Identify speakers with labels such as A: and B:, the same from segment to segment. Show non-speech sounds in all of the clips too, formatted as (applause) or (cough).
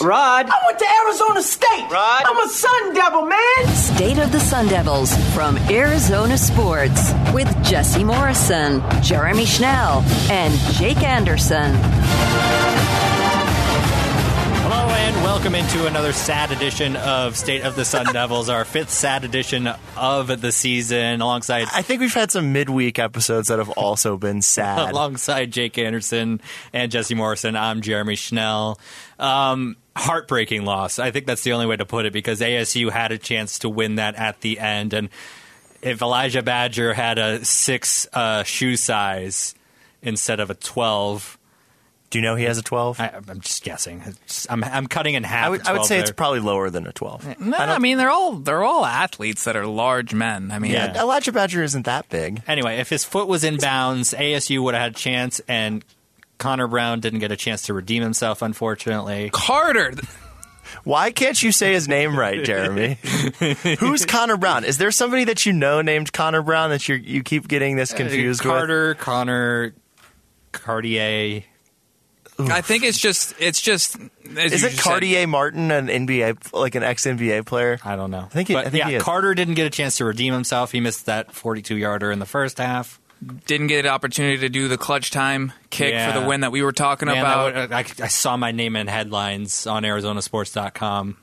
A: Rod.
B: I went to Arizona State.
A: Rod.
B: I'm a Sun Devil, man.
C: State of the Sun Devils from Arizona Sports with Jesse Morrison, Jeremy Schnell, and Jake Anderson.
D: Hello and welcome into another sad edition of State of the
E: (laughs)
D: Sun Devils, our fifth sad edition of the season, alongside
E: I think we've had some midweek episodes that have also
F: (laughs)
E: been sad.
D: alongside Jake Anderson and Jesse Morrison. I'm Jeremy Schnell. Um, heartbreaking loss. I think that's the only way to put it because ASU had a chance to win that at the end, and if Elijah Badger had a six uh, shoe size instead of a twelve.
E: Do you know he has a 12?
D: I, I'm just guessing. It's- I'm, I'm cutting in half.
E: I would,
D: the
E: I would
D: 12
E: say it's
D: there.
E: probably lower than a 12.
F: No, I, mean they're all they're all athletes that are large men. I mean,
D: Yeah.
E: Elijah Badger isn't that big.
D: Anyway, if his foot was in bounds, ASU would have had a chance, and Connor Brown didn't get a chance to redeem himself, unfortunately.
F: Carter.
E: Why can't you say his name right,
F: (laughs)
E: Jeremy? Who's Connor Brown? Is there somebody that you know named Connor Brown that you you keep getting
F: Uh,
E: this confused with?
D: Carter, Connor, Cartier.
F: I think it's just it's just as
E: Is
F: you
E: it
F: just said,
E: Cartier Martin, an NBA like an ex NBA player?
D: I don't know.
E: I think he-
D: but
E: I think
D: yeah,
E: he is.
D: Carter didn't get a chance to redeem himself. He missed that 42 yarder in the first half.
F: didn't get an opportunity to do the clutch time kick
D: Yeah.
F: for the win that we were talking
D: Man, that
F: about.
D: would- I, I saw my name in headlines on Arizonasports.com.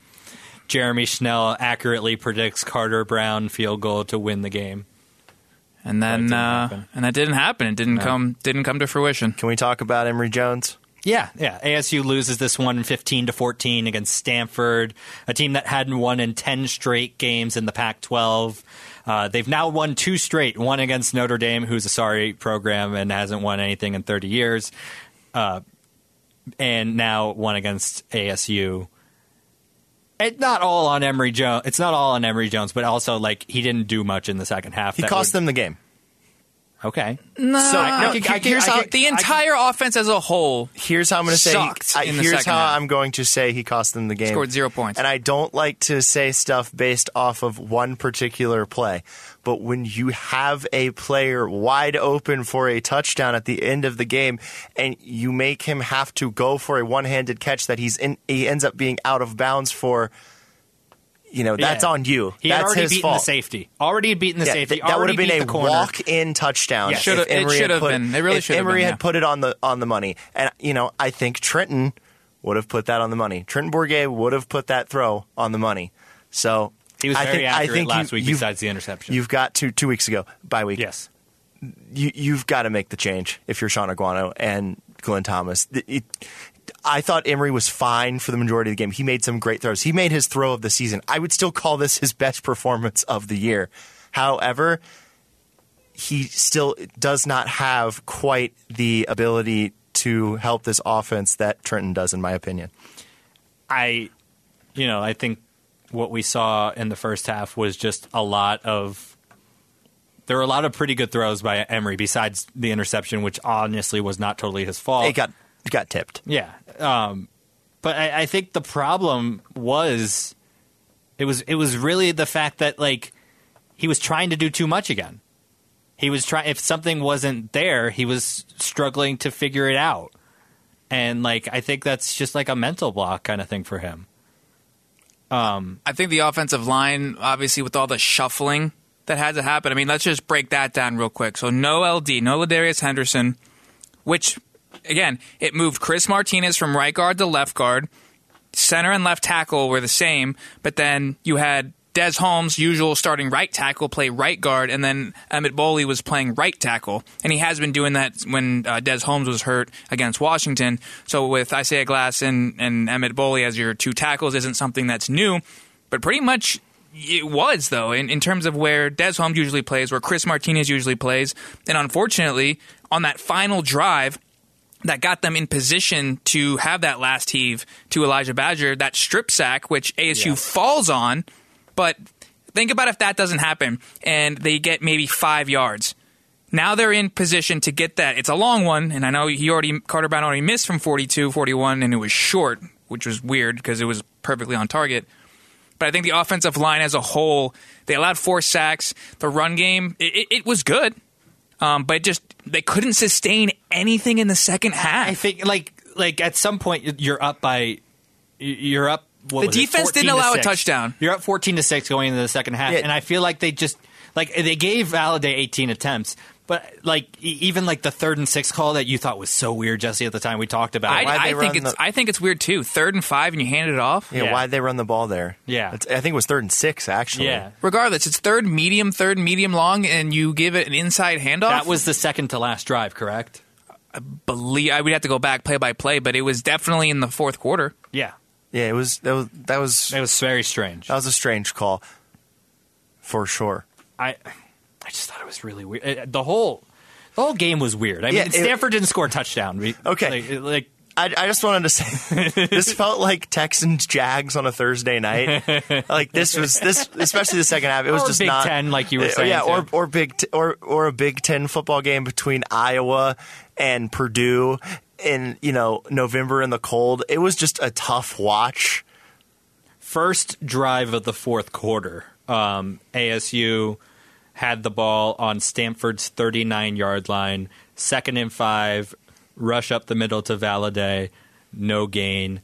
D: Jeremy Schnell accurately predicts Carter Brown field goal to win the game.
F: and then
D: didn't
F: uh,
D: happen.
F: and that didn't happen. It didn't come didn't come to fruition.
E: Can we talk about Emory Jones?
D: Yeah, yeah. ASU loses this one 15 to 14 against Stanford, a team that hadn't won in 10 straight games in the Pac 12. Uh, they've now won two straight, one against Notre Dame, who's a sorry program and hasn't won anything in 30 years, uh, and now one against ASU. It's not all on Emory Jones. It's not all on Emory Jones, but also like he didn't do much in the second half.
E: He
D: that
E: cost
D: would-
E: them the game.
D: Okay.
F: No,
E: So, no,
F: I could,
E: he-
F: I could-
E: here's
F: I
E: how-
F: could- the
E: I could-
F: entire offense as a whole.
E: Here's how I'm going to say.
F: Sucked
E: I-
F: in the
E: here's
F: second
E: how
F: half.
E: I'm going to say he cost them the game.
F: Scored zero points.
E: And I don't like to say stuff based off of one particular play, but when you have a player wide open for a touchdown at the end of the game, and you make him have to go for a one-handed catch that he's in, he ends up being out of bounds for. You know that's
D: Yeah.
E: on you.
D: He
E: that's
D: had already
E: his
D: beaten
E: fault.
D: the safety. Already beaten the
E: Yeah,
D: safety.
E: th- that would
D: already
E: have been
D: beat
E: a
D: the corner.
E: walk-in touchdown.
D: Yes.
E: if
F: Should've- it
E: Emery had
F: should've
E: put-
F: been. It really
E: if
F: should've
E: Emery
F: been,
E: had
F: yeah.
E: put it on the on the money, and you know, I think Trenton would have put that on the money. Trenton Bourget would have put that throw on the money. So
D: He was
E: I
D: very
E: think, I
D: accurate
E: think
D: last
E: you,
D: week.
E: you've-
D: Besides the interception,
E: you've got to two weeks ago bye week.
D: yes,
E: you you've got to make the change if you're Sean Aguano and Glenn Thomas. Th- it- I thought Emery was fine for the majority of the game. He made some great throws. He made his throw of the season. I would still call this his best performance of the year. However, he still does not have quite the ability to help this offense that Trenton does, in my opinion.
D: I, you know, I think what we saw in the first half was just a lot of. There were a lot of pretty good throws by Emery, besides the interception, which honestly was not totally his fault.
E: It got it got tipped.
D: Yeah. Um, but I, I think the problem was it was it was really the fact that like he was trying to do too much again. He was trying if something wasn't there, he was struggling to figure it out. And like I think that's just like a mental block kind of thing for him.
F: I think the offensive line, obviously, with all the shuffling that had to happen. I mean, let's just break that down real quick. So no LD, no Ladarius Henderson, which again it moved Chris Martinez from right guard to left guard. Center and left tackle were the same, but then you had Des Holmes, usual starting right tackle, play right guard, and then Emmett Boley was playing right tackle, and he has been doing that when uh, Des Holmes was hurt against Washington. So with Isaiah Glass and, and Emmett Boley as your two tackles isn't something that's new, but pretty much it was though in, in terms of where Des Holmes usually plays, where Chris Martinez usually plays, and unfortunately on that final drive that got them in position to have that last heave to Elijah Badger, that strip sack which ASU falls on, but think about if that doesn't happen and they get maybe five yards. Now they're in position to get that. It's a long one, and I know he already Carter Brown already missed from 42, 41, and it was short, which was weird because it was perfectly on target. But I think the offensive line as a whole, they allowed four sacks. The run game, it, it, it was good, um, but just they couldn't sustain anything in the second half.
D: I think like like at some point you're up by y- you're up. What
F: The
D: was it,
F: defense
D: 14
F: didn't
D: to
F: allow a
D: 6.
F: touchdown.
D: You're up fourteen to six going into the second half,
E: Yeah.
D: and I feel like they just like they gave Valaday eighteen attempts, but like e- even like the third and sixth call that you thought was so weird, Jesse. At the time we talked about, it.
E: why'd
F: I,
E: they
F: I think
E: run
F: it's
E: the-
F: I think it's weird too. Third and five, and you hand it off.
E: Yeah,
D: Yeah.
E: why'd they run the ball there?
D: Yeah.
E: It's- I think it was third and six, actually.
D: yeah,
F: Regardless, it's third medium, third medium long, and you give it an inside handoff.
D: that was the second to last drive, correct?
F: believe I would have to go back play by play, but it was definitely in the fourth quarter.
D: Yeah,
E: Yeah, Uh, it was that was that was
D: it was very strange.
E: that was a strange call. For sure.
D: I I just thought it was really weird. Uh, The whole the whole game was weird. I
E: Yeah,
D: mean,
E: it-
D: Stanford didn't score a touchdown. We-
E: Okay.
D: like, like
E: I, I just wanted to say (laughs) this felt like Texans Jags on a
D: (laughs)
E: Thursday night. Like this was this, especially the second half. It was
D: Or
E: just
D: Big
E: not
D: Ten, like you were
E: Uh,
D: saying,
E: Yeah, or
D: too.
E: or big t- or or a Big Ten football game between Iowa and Purdue in you know November in the cold. It was just a tough watch.
D: first drive of the fourth quarter, um, ASU had the ball on Stanford's 39 yard line, second and five, rush up the middle to Valaday, no gain,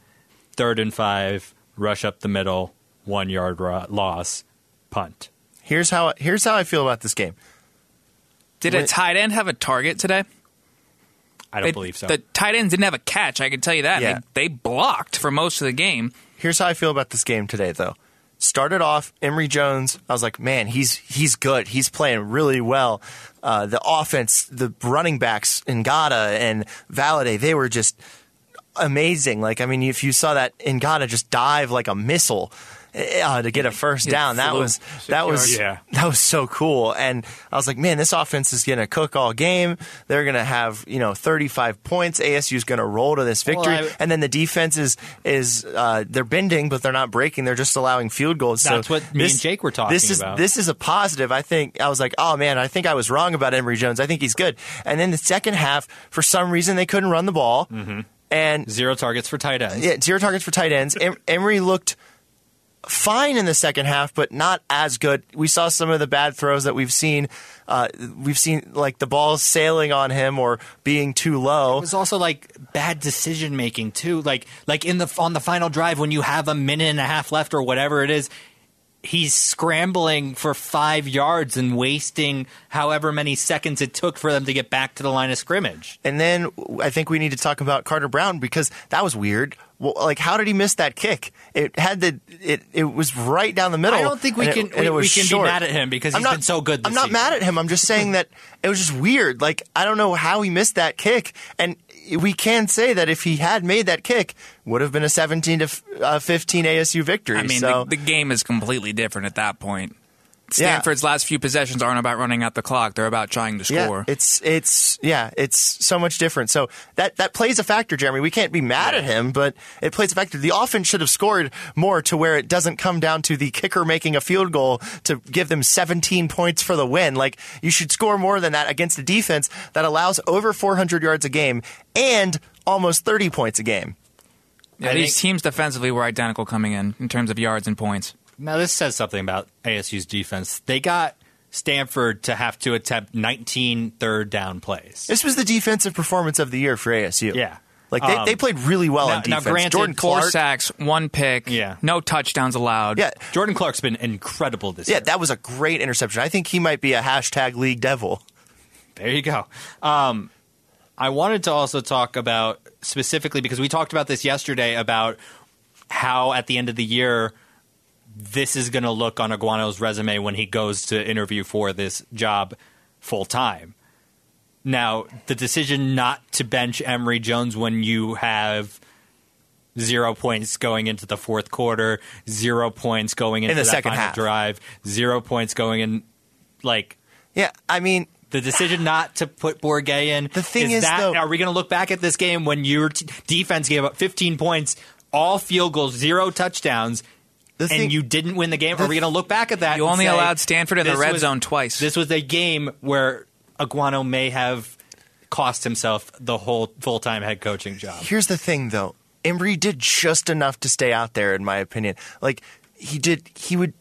D: third and five, rush up the middle, one yard ro- loss, punt.
E: Here's how here's how I feel about this game.
F: Did a
E: Wait.
F: tight end have a target today?
D: I don't
F: They-
D: believe so.
F: The tight ends didn't have a catch. I can tell you that.
E: Yeah.
F: They, they blocked for most of the game.
E: Here's how I feel about this game today, though. Started off Emory Jones. I was like, man, he's he's good. He's playing really well. Uh, the offense, the running backs, Ngata and Valade, they were just amazing. Like, I mean, if you saw that Ngata just dive like a missile uh, to get a first down, that
F: flew
E: was that was
D: yards.
E: (laughs) that was so cool. And I was like, man, this offense is going to cook all game. They're going to have you know 35 points. ASU is going to roll to this victory,
D: I-
E: and then the defense is is uh, they're bending, but they're not breaking. They're just allowing field goals.
D: That's
E: so
D: what me and Jake were talking
E: this is,
D: about.
E: This is a positive. I think I was like, oh man, I think I was wrong about Emory Jones. I think he's good. And then the second half, for some reason, they couldn't run the ball,
D: Mm-hmm.
E: and
D: Zero targets for tight ends.
E: yeah, zero targets for tight ends. Em- Emery looked fine in the second half, but not as good. We saw some of the bad throws that we've seen. Uh, we've seen like the ball sailing on him or being too low.
D: It was also like bad decision making too. Like like in the on the final drive when you have a minute and a half left or whatever it is, he's scrambling for five yards and wasting however many seconds it took for them to get back to the line of scrimmage.
E: And then I think we need to talk about Carter Brown because that was weird. Well, like, how did he miss that kick? It had the it. It was right down the middle.
D: I don't think we
E: and it-
D: can-
E: and
D: we-
E: it was
D: we can be
E: short.
D: mad at him because
E: I'm
D: he's
E: not,
D: been so good this
E: I'm not
D: season.
E: mad at him. I'm just saying that it was just weird. Like, I don't know how he missed that kick. And we can say that if he had made that kick, would have been a 17 to f- uh, 15 ASU victory.
F: I mean,
E: so
F: the, the game is completely different at that point.
E: Yeah.
F: Stanford's last few possessions aren't about running out the clock; they're about trying to score.
E: Yeah, it's it's yeah, it's so much different. So that that plays a factor, Jeremy. We can't be mad at him, but it plays a factor. The offense should have scored more to where it doesn't come down to the kicker making a field goal to give them 17 points for the win. Like you should score more than that against a defense that allows over 400 yards a game and almost 30 points a game.
F: Yeah,
D: I
F: these
D: think-
F: teams defensively were identical coming in in terms of yards and points.
D: Now this says something about ASU's defense. They got Stanford to have to attempt 19 third down plays.
E: This was the defensive performance of the year for ASU.
D: Yeah.
E: Like they,
D: Um,
E: they played really well
D: now-
E: on
D: now
E: defense.
D: granted,
E: Jordan
F: Four
E: Clark.
F: sacks, one pick,
D: Yeah.
F: no touchdowns allowed.
E: yeah.
D: Jordan Clark's been incredible this
E: Yeah,
D: year.
E: that was a great interception. I think he might be a hashtag league devil.
D: There you go. Um, I wanted to also talk about specifically because we talked about this yesterday about how at the end of the year this is going to look on Aguano's resume when he goes to interview for this job full time. Now, the decision not to bench Emory Jones when you have zero points going into the fourth quarter, zero points going into
E: the
D: that
E: second
D: final
E: half.
D: drive, zero points going in, like
E: Yeah, I mean,
D: the decision not to put Borgay in.
E: The thing is,
D: that
E: though-
D: are we going to look back at this game when your t- defense gave up 15 points, all field goals, zero touchdowns,
E: The thing-
D: and you didn't win the game? Are we going to look back at that?
F: You
D: and
F: only
D: say,
F: allowed Stanford in the
D: "This
F: red
D: was-
F: zone twice."
D: This was a game where Aguano may have cost himself the whole full time head coaching job.
E: here's the thing though. Embry did just enough to stay out there in my opinion. Like he did he would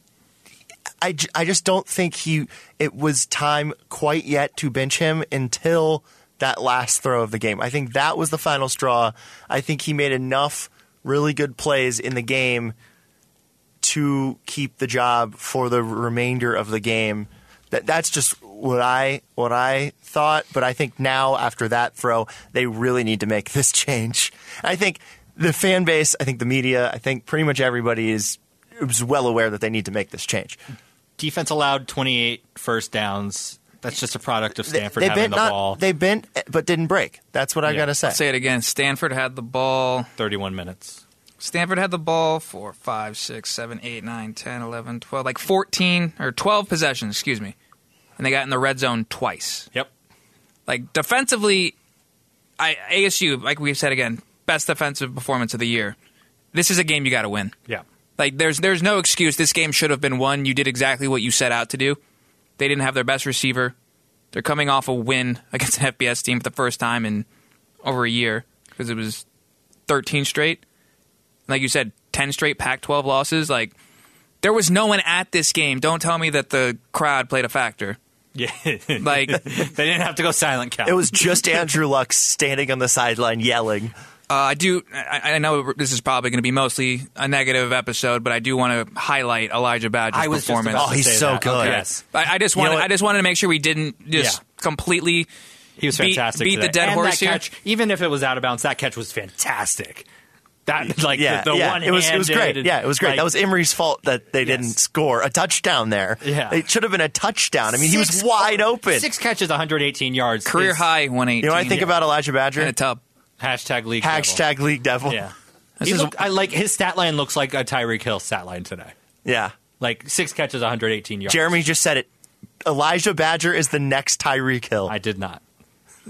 E: I, j- I just don't think he it was time quite yet to bench him until that last throw of the game. I think that was the final straw. I think he made enough really good plays in the game to keep the job for the remainder of the game. That that's just what I what I thought, but I think now after that throw, they really need to make (laughs) this change. I think the fan base, I think the media, I think pretty much everybody is is well aware that they need to make this change.
D: Defense allowed 28 first downs. That's just a product of Stanford
E: they
D: having
E: bent
D: the
E: not-
D: ball.
E: They bent but didn't break. That's what I
D: Yeah.
E: gotta say.
F: Say it again. Stanford had the ball.
D: 31 minutes.
F: Stanford had the ball for five, six, seven, eight, nine, 10, 11, 12, like 14 or 12 possessions, excuse me. And they got in the red zone twice.
D: Yep.
F: Like defensively, I ASU, like we've said again, best defensive performance of the year. This is a game you got to win.
D: Yeah.
F: Like there's there's no excuse. This game should have been won. You did exactly what you set out to do. They didn't have their best receiver. They're coming off a win (laughs) against an FBS team for the first time in over a year because it was 13 straight. Like you said, 10 straight Pac-12 losses. Like there was no one at this game. Don't tell me that the crowd played a factor.
D: Yeah.
F: (laughs) Like
D: (laughs) they didn't have to go silent count.
E: It was just Andrew Luck standing on the sideline yelling.
F: Uh, I do. I, I know this is probably going to be mostly a negative episode, but I do want to highlight Elijah Badger's
D: I was just
F: performance.
D: about
E: Oh,
D: to
E: he's
D: say
E: so
D: that.
E: good.
D: Okay.
E: Yeah.
D: Yes.
F: I, I just
E: You know
F: wanted.
E: what?
F: I just wanted to make sure we didn't just
D: Yeah.
F: completely.
D: He was
F: Beat-
D: fantastic.
F: beat the
D: today.
F: dead
D: And
F: horse
D: that
F: here.
D: catch, even if it was out of bounds, that catch was fantastic. That like
E: Yeah,
D: the, the
E: yeah.
D: one
E: it was it was great. Yeah, it was great. that was Emery's fault that they didn't score a touchdown there.
D: Yeah.
E: it should have been a touchdown. I mean, he was wide open.
D: Six catches, 118 yards,
F: Career
D: is
F: high 118.
E: you know, what I think about Elijah
F: in a
E: Badger.
F: tub.
D: Hashtag league. level.
E: Hashtag league devil.
D: Yeah.
F: This
D: He
F: is-
D: looked- I like his stat line looks like a Tyreek Hill stat line today.
E: Yeah.
D: Like six catches, 118 yards.
E: Jeremy just said it. Elijah Badger is the next Tyreek Hill.
D: I did not.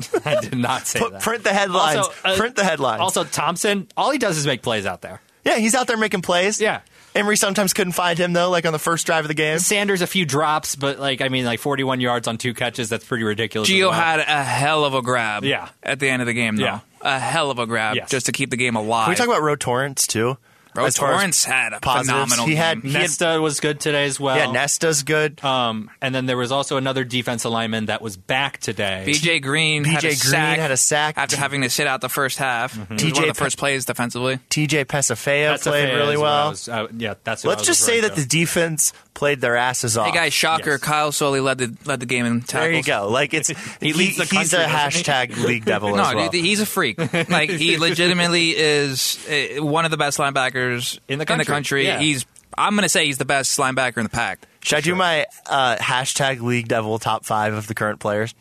D: (laughs) I did not say
E: Put,
D: that.
E: print the headlines.
D: Also, uh,
E: print the headlines.
D: Also, Thompson, all he does is make plays out there.
E: yeah, he's out there making plays.
D: Yeah.
E: Emery sometimes couldn't find him though, like on the first drive of the game.
D: Sanders a few drops, but like I mean, like 41 yards on two catches. That's pretty ridiculous. as
F: Geo
D: well.
F: had a hell of a grab.
D: Yeah.
F: At the end of the game, though,
D: Yeah.
F: a hell of a grab
D: Yes.
F: just to keep the game alive.
E: Can we talk about Roe Torrance too?
F: Bro,
E: As far as
F: Torrance had a
E: positives,
F: phenomenal.
E: he had-
F: game.
D: Nesta was good today as well.
E: Yeah, Nesta's good.
D: Um, and then there was also another defense alignment that was back today.
F: BJ Green.
E: BJ
F: had a
E: Green
F: sack
E: had a sack. Mm-hmm.
F: after having to sit out the first half. It was
E: TJ
F: one of the
E: Pe-
F: first plays defensively.
E: TJ Pesafeo
D: That's a
E: played
D: fair
E: really
D: is what I
E: well.
D: was- uh, yeah, that's. What I
E: Let's
D: was
E: just say
D: referring
E: that
D: to.
E: the defense played their asses off.
F: Hey guys, shocker!
D: Yes.
F: Kyle Soley led the led the game in tackles.
E: there you go.
D: (laughs)
E: Like it's he,
D: leads the
E: he's
D: country,
E: a
D: doesn't (laughs)
E: hashtag league devil
F: No,
E: as well.
F: dude, he's a freak. Like he legitimately is uh, one of the best linebackers
D: In the country, yeah.
F: He's I'm going to say he's the best linebacker in the pack.
E: Should I do my uh, hashtag league devil top five of the current players?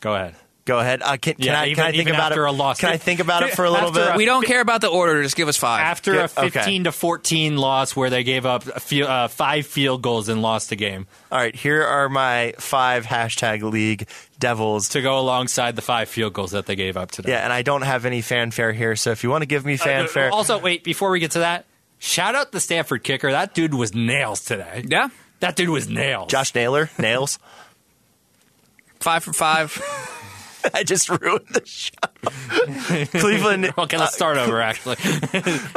D: Go ahead.
E: Go ahead. Uh, can, can
D: Yeah,
E: I,
D: even-
E: can I think
D: even
E: about
D: after
E: it?
D: a loss.
E: Can I think about it for a little
D: After
E: bit?
D: a-
F: We don't care about the order. Just give us five.
D: After a
E: Yeah, okay.
D: 15 to 14 loss where they gave up a few, uh, five field goals and lost the game
E: All right, here are my five hashtag league devils.
D: to go alongside the five field goals that they gave up today.
E: yeah, and I don't have any fanfare here, so if you want to give me
D: Uh,
E: fanfare,
D: Also, wait, before we get to that, shout out the Stanford kicker. That dude was nails today.
F: yeah,
D: That dude was nails.
E: Josh Naylor, nails. (laughs)
F: five for five.
E: I just ruined the show.
D: (laughs)
E: Cleveland.
D: Okay, let's start over,
E: (laughs)
D: actually.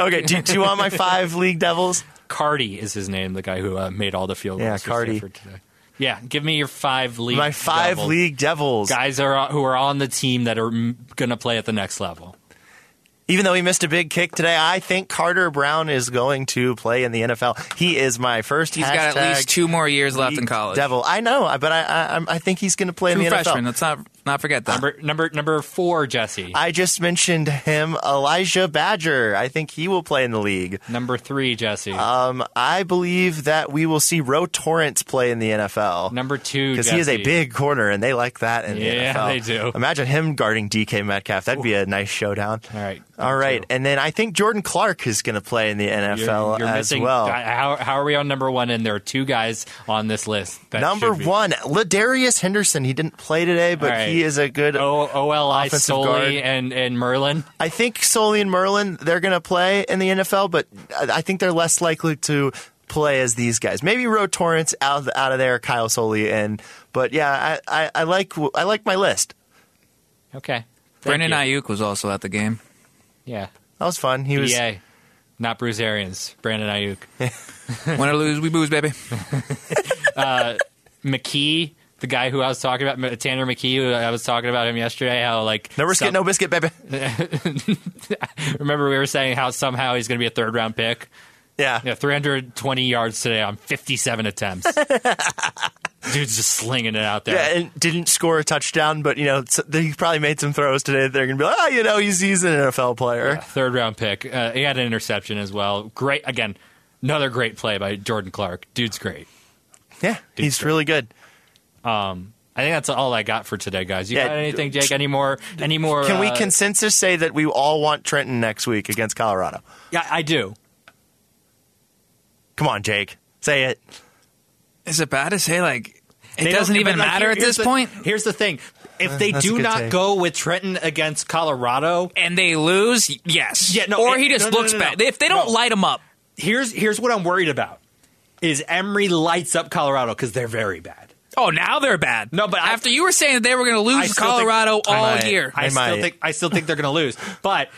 E: Okay, do, do you want my five league devils?
D: Cardi is his name, the guy who uh, made all the field goals
E: Yeah,
D: for
E: Cardi.
D: Stanford today. Yeah, give me your five league.
E: My five
D: level
E: league devils.
D: guys are who are on the team that are going to play at the next level.
E: Even though he missed a big kick today, I think Carter Brown is going to play in the NFL. He is my first.
F: He's got at least two more years left in college.
E: Devil, I know, I- but I I, I'm- I think he's going to play in
F: Two
E: the
F: freshmen.
E: NFL.
F: Let's not not forget that.
D: Number number number four, Jesse.
E: I just mentioned him, Elijah Badger. I think he will play in the league.
D: number three, Jesse.
E: Um, I believe that we will see Roe Torrance play in the NFL.
D: number two,
E: because he is a
D: Jesse.
E: big corner, and they like that in
D: Yeah,
E: the NFL.
D: they do.
E: Imagine him guarding DK Metcalf. That'd be a nice showdown.
D: All right,
E: All right, and then I think Jordan Clark is going to play in the NFL
D: You're, you're
E: as
D: missing.
E: well.
D: I- How, how are we on number one? And there are two guys on this list. That
E: Number
D: should be-
E: one, Ladarius Henderson. He didn't play today, but
D: All right.
E: he is a good.
D: O- OLI
E: Offensive guard.
D: Soli and, and Merlin.
E: I think Soli and Merlin they're going to play in the NFL, but I I think they're less likely to play as these guys. Maybe Roe Torrance out of, out of there, Kyle Soli, and but yeah, I, I, I like I like my list.
D: Okay. Thank
F: Brandon
D: you.
F: Ayuk was also at
D: (laughs)
F: the game.
D: Yeah.
E: That was fun. He was
D: EA. Not Bruce Arians. Brandon Ayuk.
F: Win or lose, we booze, baby.
D: McKee the guy who I was talking about, Tanner McKee, who I was talking about him yesterday, how like
E: No risk
D: some-
E: it, no biscuit, baby. (laughs)
D: Remember we were saying how somehow he's going to be a third round pick.
E: Yeah.
D: Yeah, 320 yards today on 57 attempts. (laughs) Dude's just slinging it out there.
E: Yeah, and didn't score a touchdown, but you know it's- he probably made some throws today. That they're gonna be like, oh, you know, he's he's an NFL player.
D: Third round pick. Uh, he had an interception as well. Great again. Another great play by Jordan Clark. Dude's great.
E: Yeah, he's really good.
D: I think that's all I got for today, guys. You
E: Yeah,
D: got anything, Jake? Any more? Any more?
E: Can we
D: uh,
E: consensus say that we all want Trenton next week against Colorado?
D: Yeah, I do.
E: Come on, Jake, say it.
F: Is it bad to say like
D: They
F: it
D: don't-
F: doesn't even
D: but, like,
F: matter
D: here-
F: at
D: here's
F: this
D: the-
F: point?
D: Here's the thing: if they
E: Uh, that's a
D: do
E: good
D: not
E: take.
D: go with Trenton against Colorado,
F: And they lose? Yes.
D: Yeah, no,
F: or
D: it-
F: he just
D: no, no,
F: looks
D: no, no.
F: bad. If they don't
D: No.
F: light him up,
D: here's here's what I'm worried about: is Emory lights up Colorado because they're very bad.
F: oh, now they're bad.
D: No, but I-
F: after you were saying that they were going to
D: I
F: lose
D: still think-
F: Colorado
D: I
F: all
E: might-
F: year,
D: I
E: They
D: still
E: might.
D: think I still think they're going to lose. But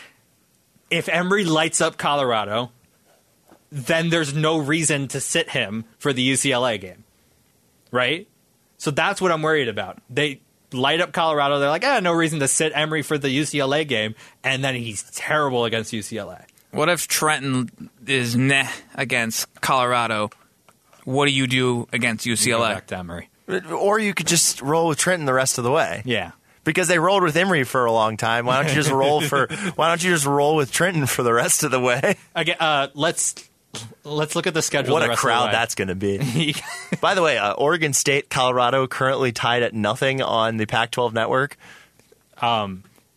D: if Emory lights up Colorado, then there's no reason to sit him for the UCLA game, right? So that's what I'm worried about. They light up Colorado. They're like, ah, no reason to sit Emory for the UCLA game, and then he's terrible against UCLA.
F: what if Trenton is nah against Colorado? What do you do against
D: Go
F: UCLA?
D: back to Emory.
E: Or you could just roll with Trenton the rest of the way.
D: Yeah.
E: Because they rolled with Emory for a long time. Why don't
D: (laughs)
E: you just roll for? Why don't you just roll with Trenton for the rest of the way?
D: Again, uh, let's let's look at the schedule.
E: What
D: the
E: a
D: rest
E: crowd
D: of
E: that's going to be.
D: the (laughs) way.
E: By the way, uh, Oregon State, Colorado, currently tied at nothing on the Pac-12 network.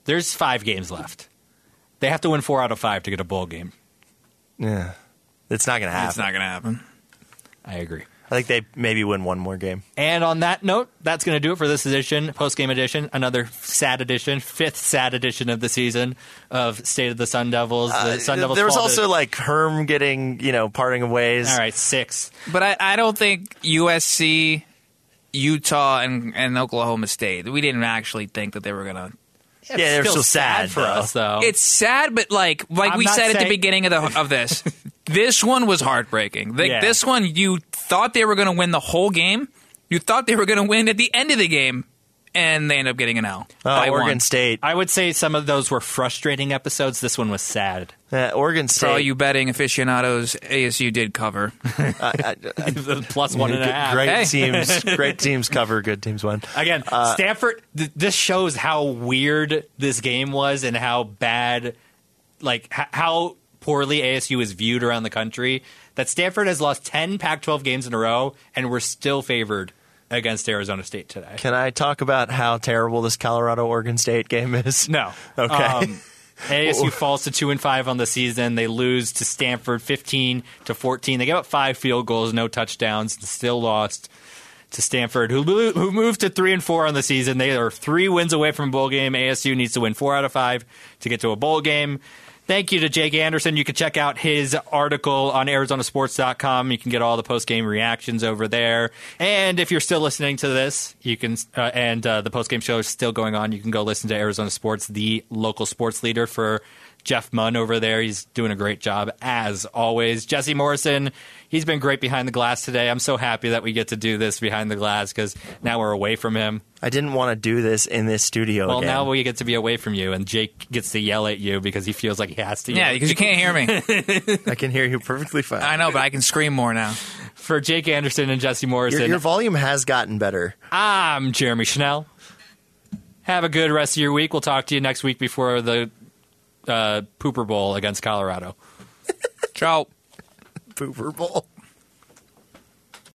D: There's five games left. They have to win four out of five to get a bowl game.
E: Yeah, it's not going to happen.
F: It's not going to happen.
D: I agree.
E: I think they maybe win one more game.
D: And on that note, that's going to do it for this edition, post game edition, another sad edition, fifth sad edition of the season of State of the Sun Devils. The Sun Devils.
E: Uh, there was
D: fall to-
E: also like Herm getting you know parting of ways.
D: all right, six.
F: But I, I don't think USC, Utah, and, and Oklahoma State, we didn't actually think that they were going to.
E: Yeah, they're still sad,
D: for
E: though.
D: us, though.
F: It's sad, but like like
D: Um, I'm
F: we
D: not
F: said at
D: saying-
F: the beginning of the of this, this one was heartbreaking. Like
D: Yeah.
F: this one, you thought they were going to win the whole game. You thought they were going to win at the end of the game, and they end up getting an L.
E: Uh,
F: by
E: Oregon
F: one.
E: State.
D: I would say some of those were frustrating episodes. This one was sad. (laughs)
E: Uh, Oregon
F: For all
E: State.
F: you betting aficionados, ASU did cover.
D: Plus one and a
E: Good-
D: half.
E: great
F: Hey.
E: teams. Great teams cover. Good teams win.
D: Again, Stanford. Th- this shows how weird this game was and how bad, like h- how poorly ASU is viewed around the country. That Stanford has lost ten Pac-12 games in a row, and we're still favored against Arizona State today.
E: Can I talk about how terrible this Colorado Oregon State game is?
D: No. Um,
E: Okay. (laughs)
D: ASU falls to two and five on the season. They lose to Stanford fifteen to fourteen. They gave up five field goals, no touchdowns, and still lost to Stanford, who lo- who moved to three and four on the season. They are three wins away from a bowl game. ASU needs to win four out of five to get to a bowl game. Thank you to Jake Anderson. You can check out his article on ArizonaSports.com. You can get all the post game reactions over there. And if you're still listening to this, you can uh, and uh, the post game show is still going on. You can go listen to Arizona Sports, the local sports leader for Jeff Munn over there. He's doing a great job as always. Jesse Morrison, he's been great behind the glass today. I'm so happy that we get to do this behind the glass because now we're away from him.
E: I didn't want to do this in this studio.
D: Well,
E: again.
D: now we get to be away from you, and Jake gets to yell at you because he feels like he has to.
F: Yeah,
D: yell.
F: because you can't hear me.
E: I can hear you perfectly fine.
F: I know, but I can scream more now.
D: For Jake Anderson and Jesse Morrison,
E: Your, your volume has gotten better.
D: I'm Jeremy Schnell. Have a good rest of your week. We'll talk to you next week before the uh, Pooper Bowl against Colorado.
F: Ciao.
E: Pooper Bowl.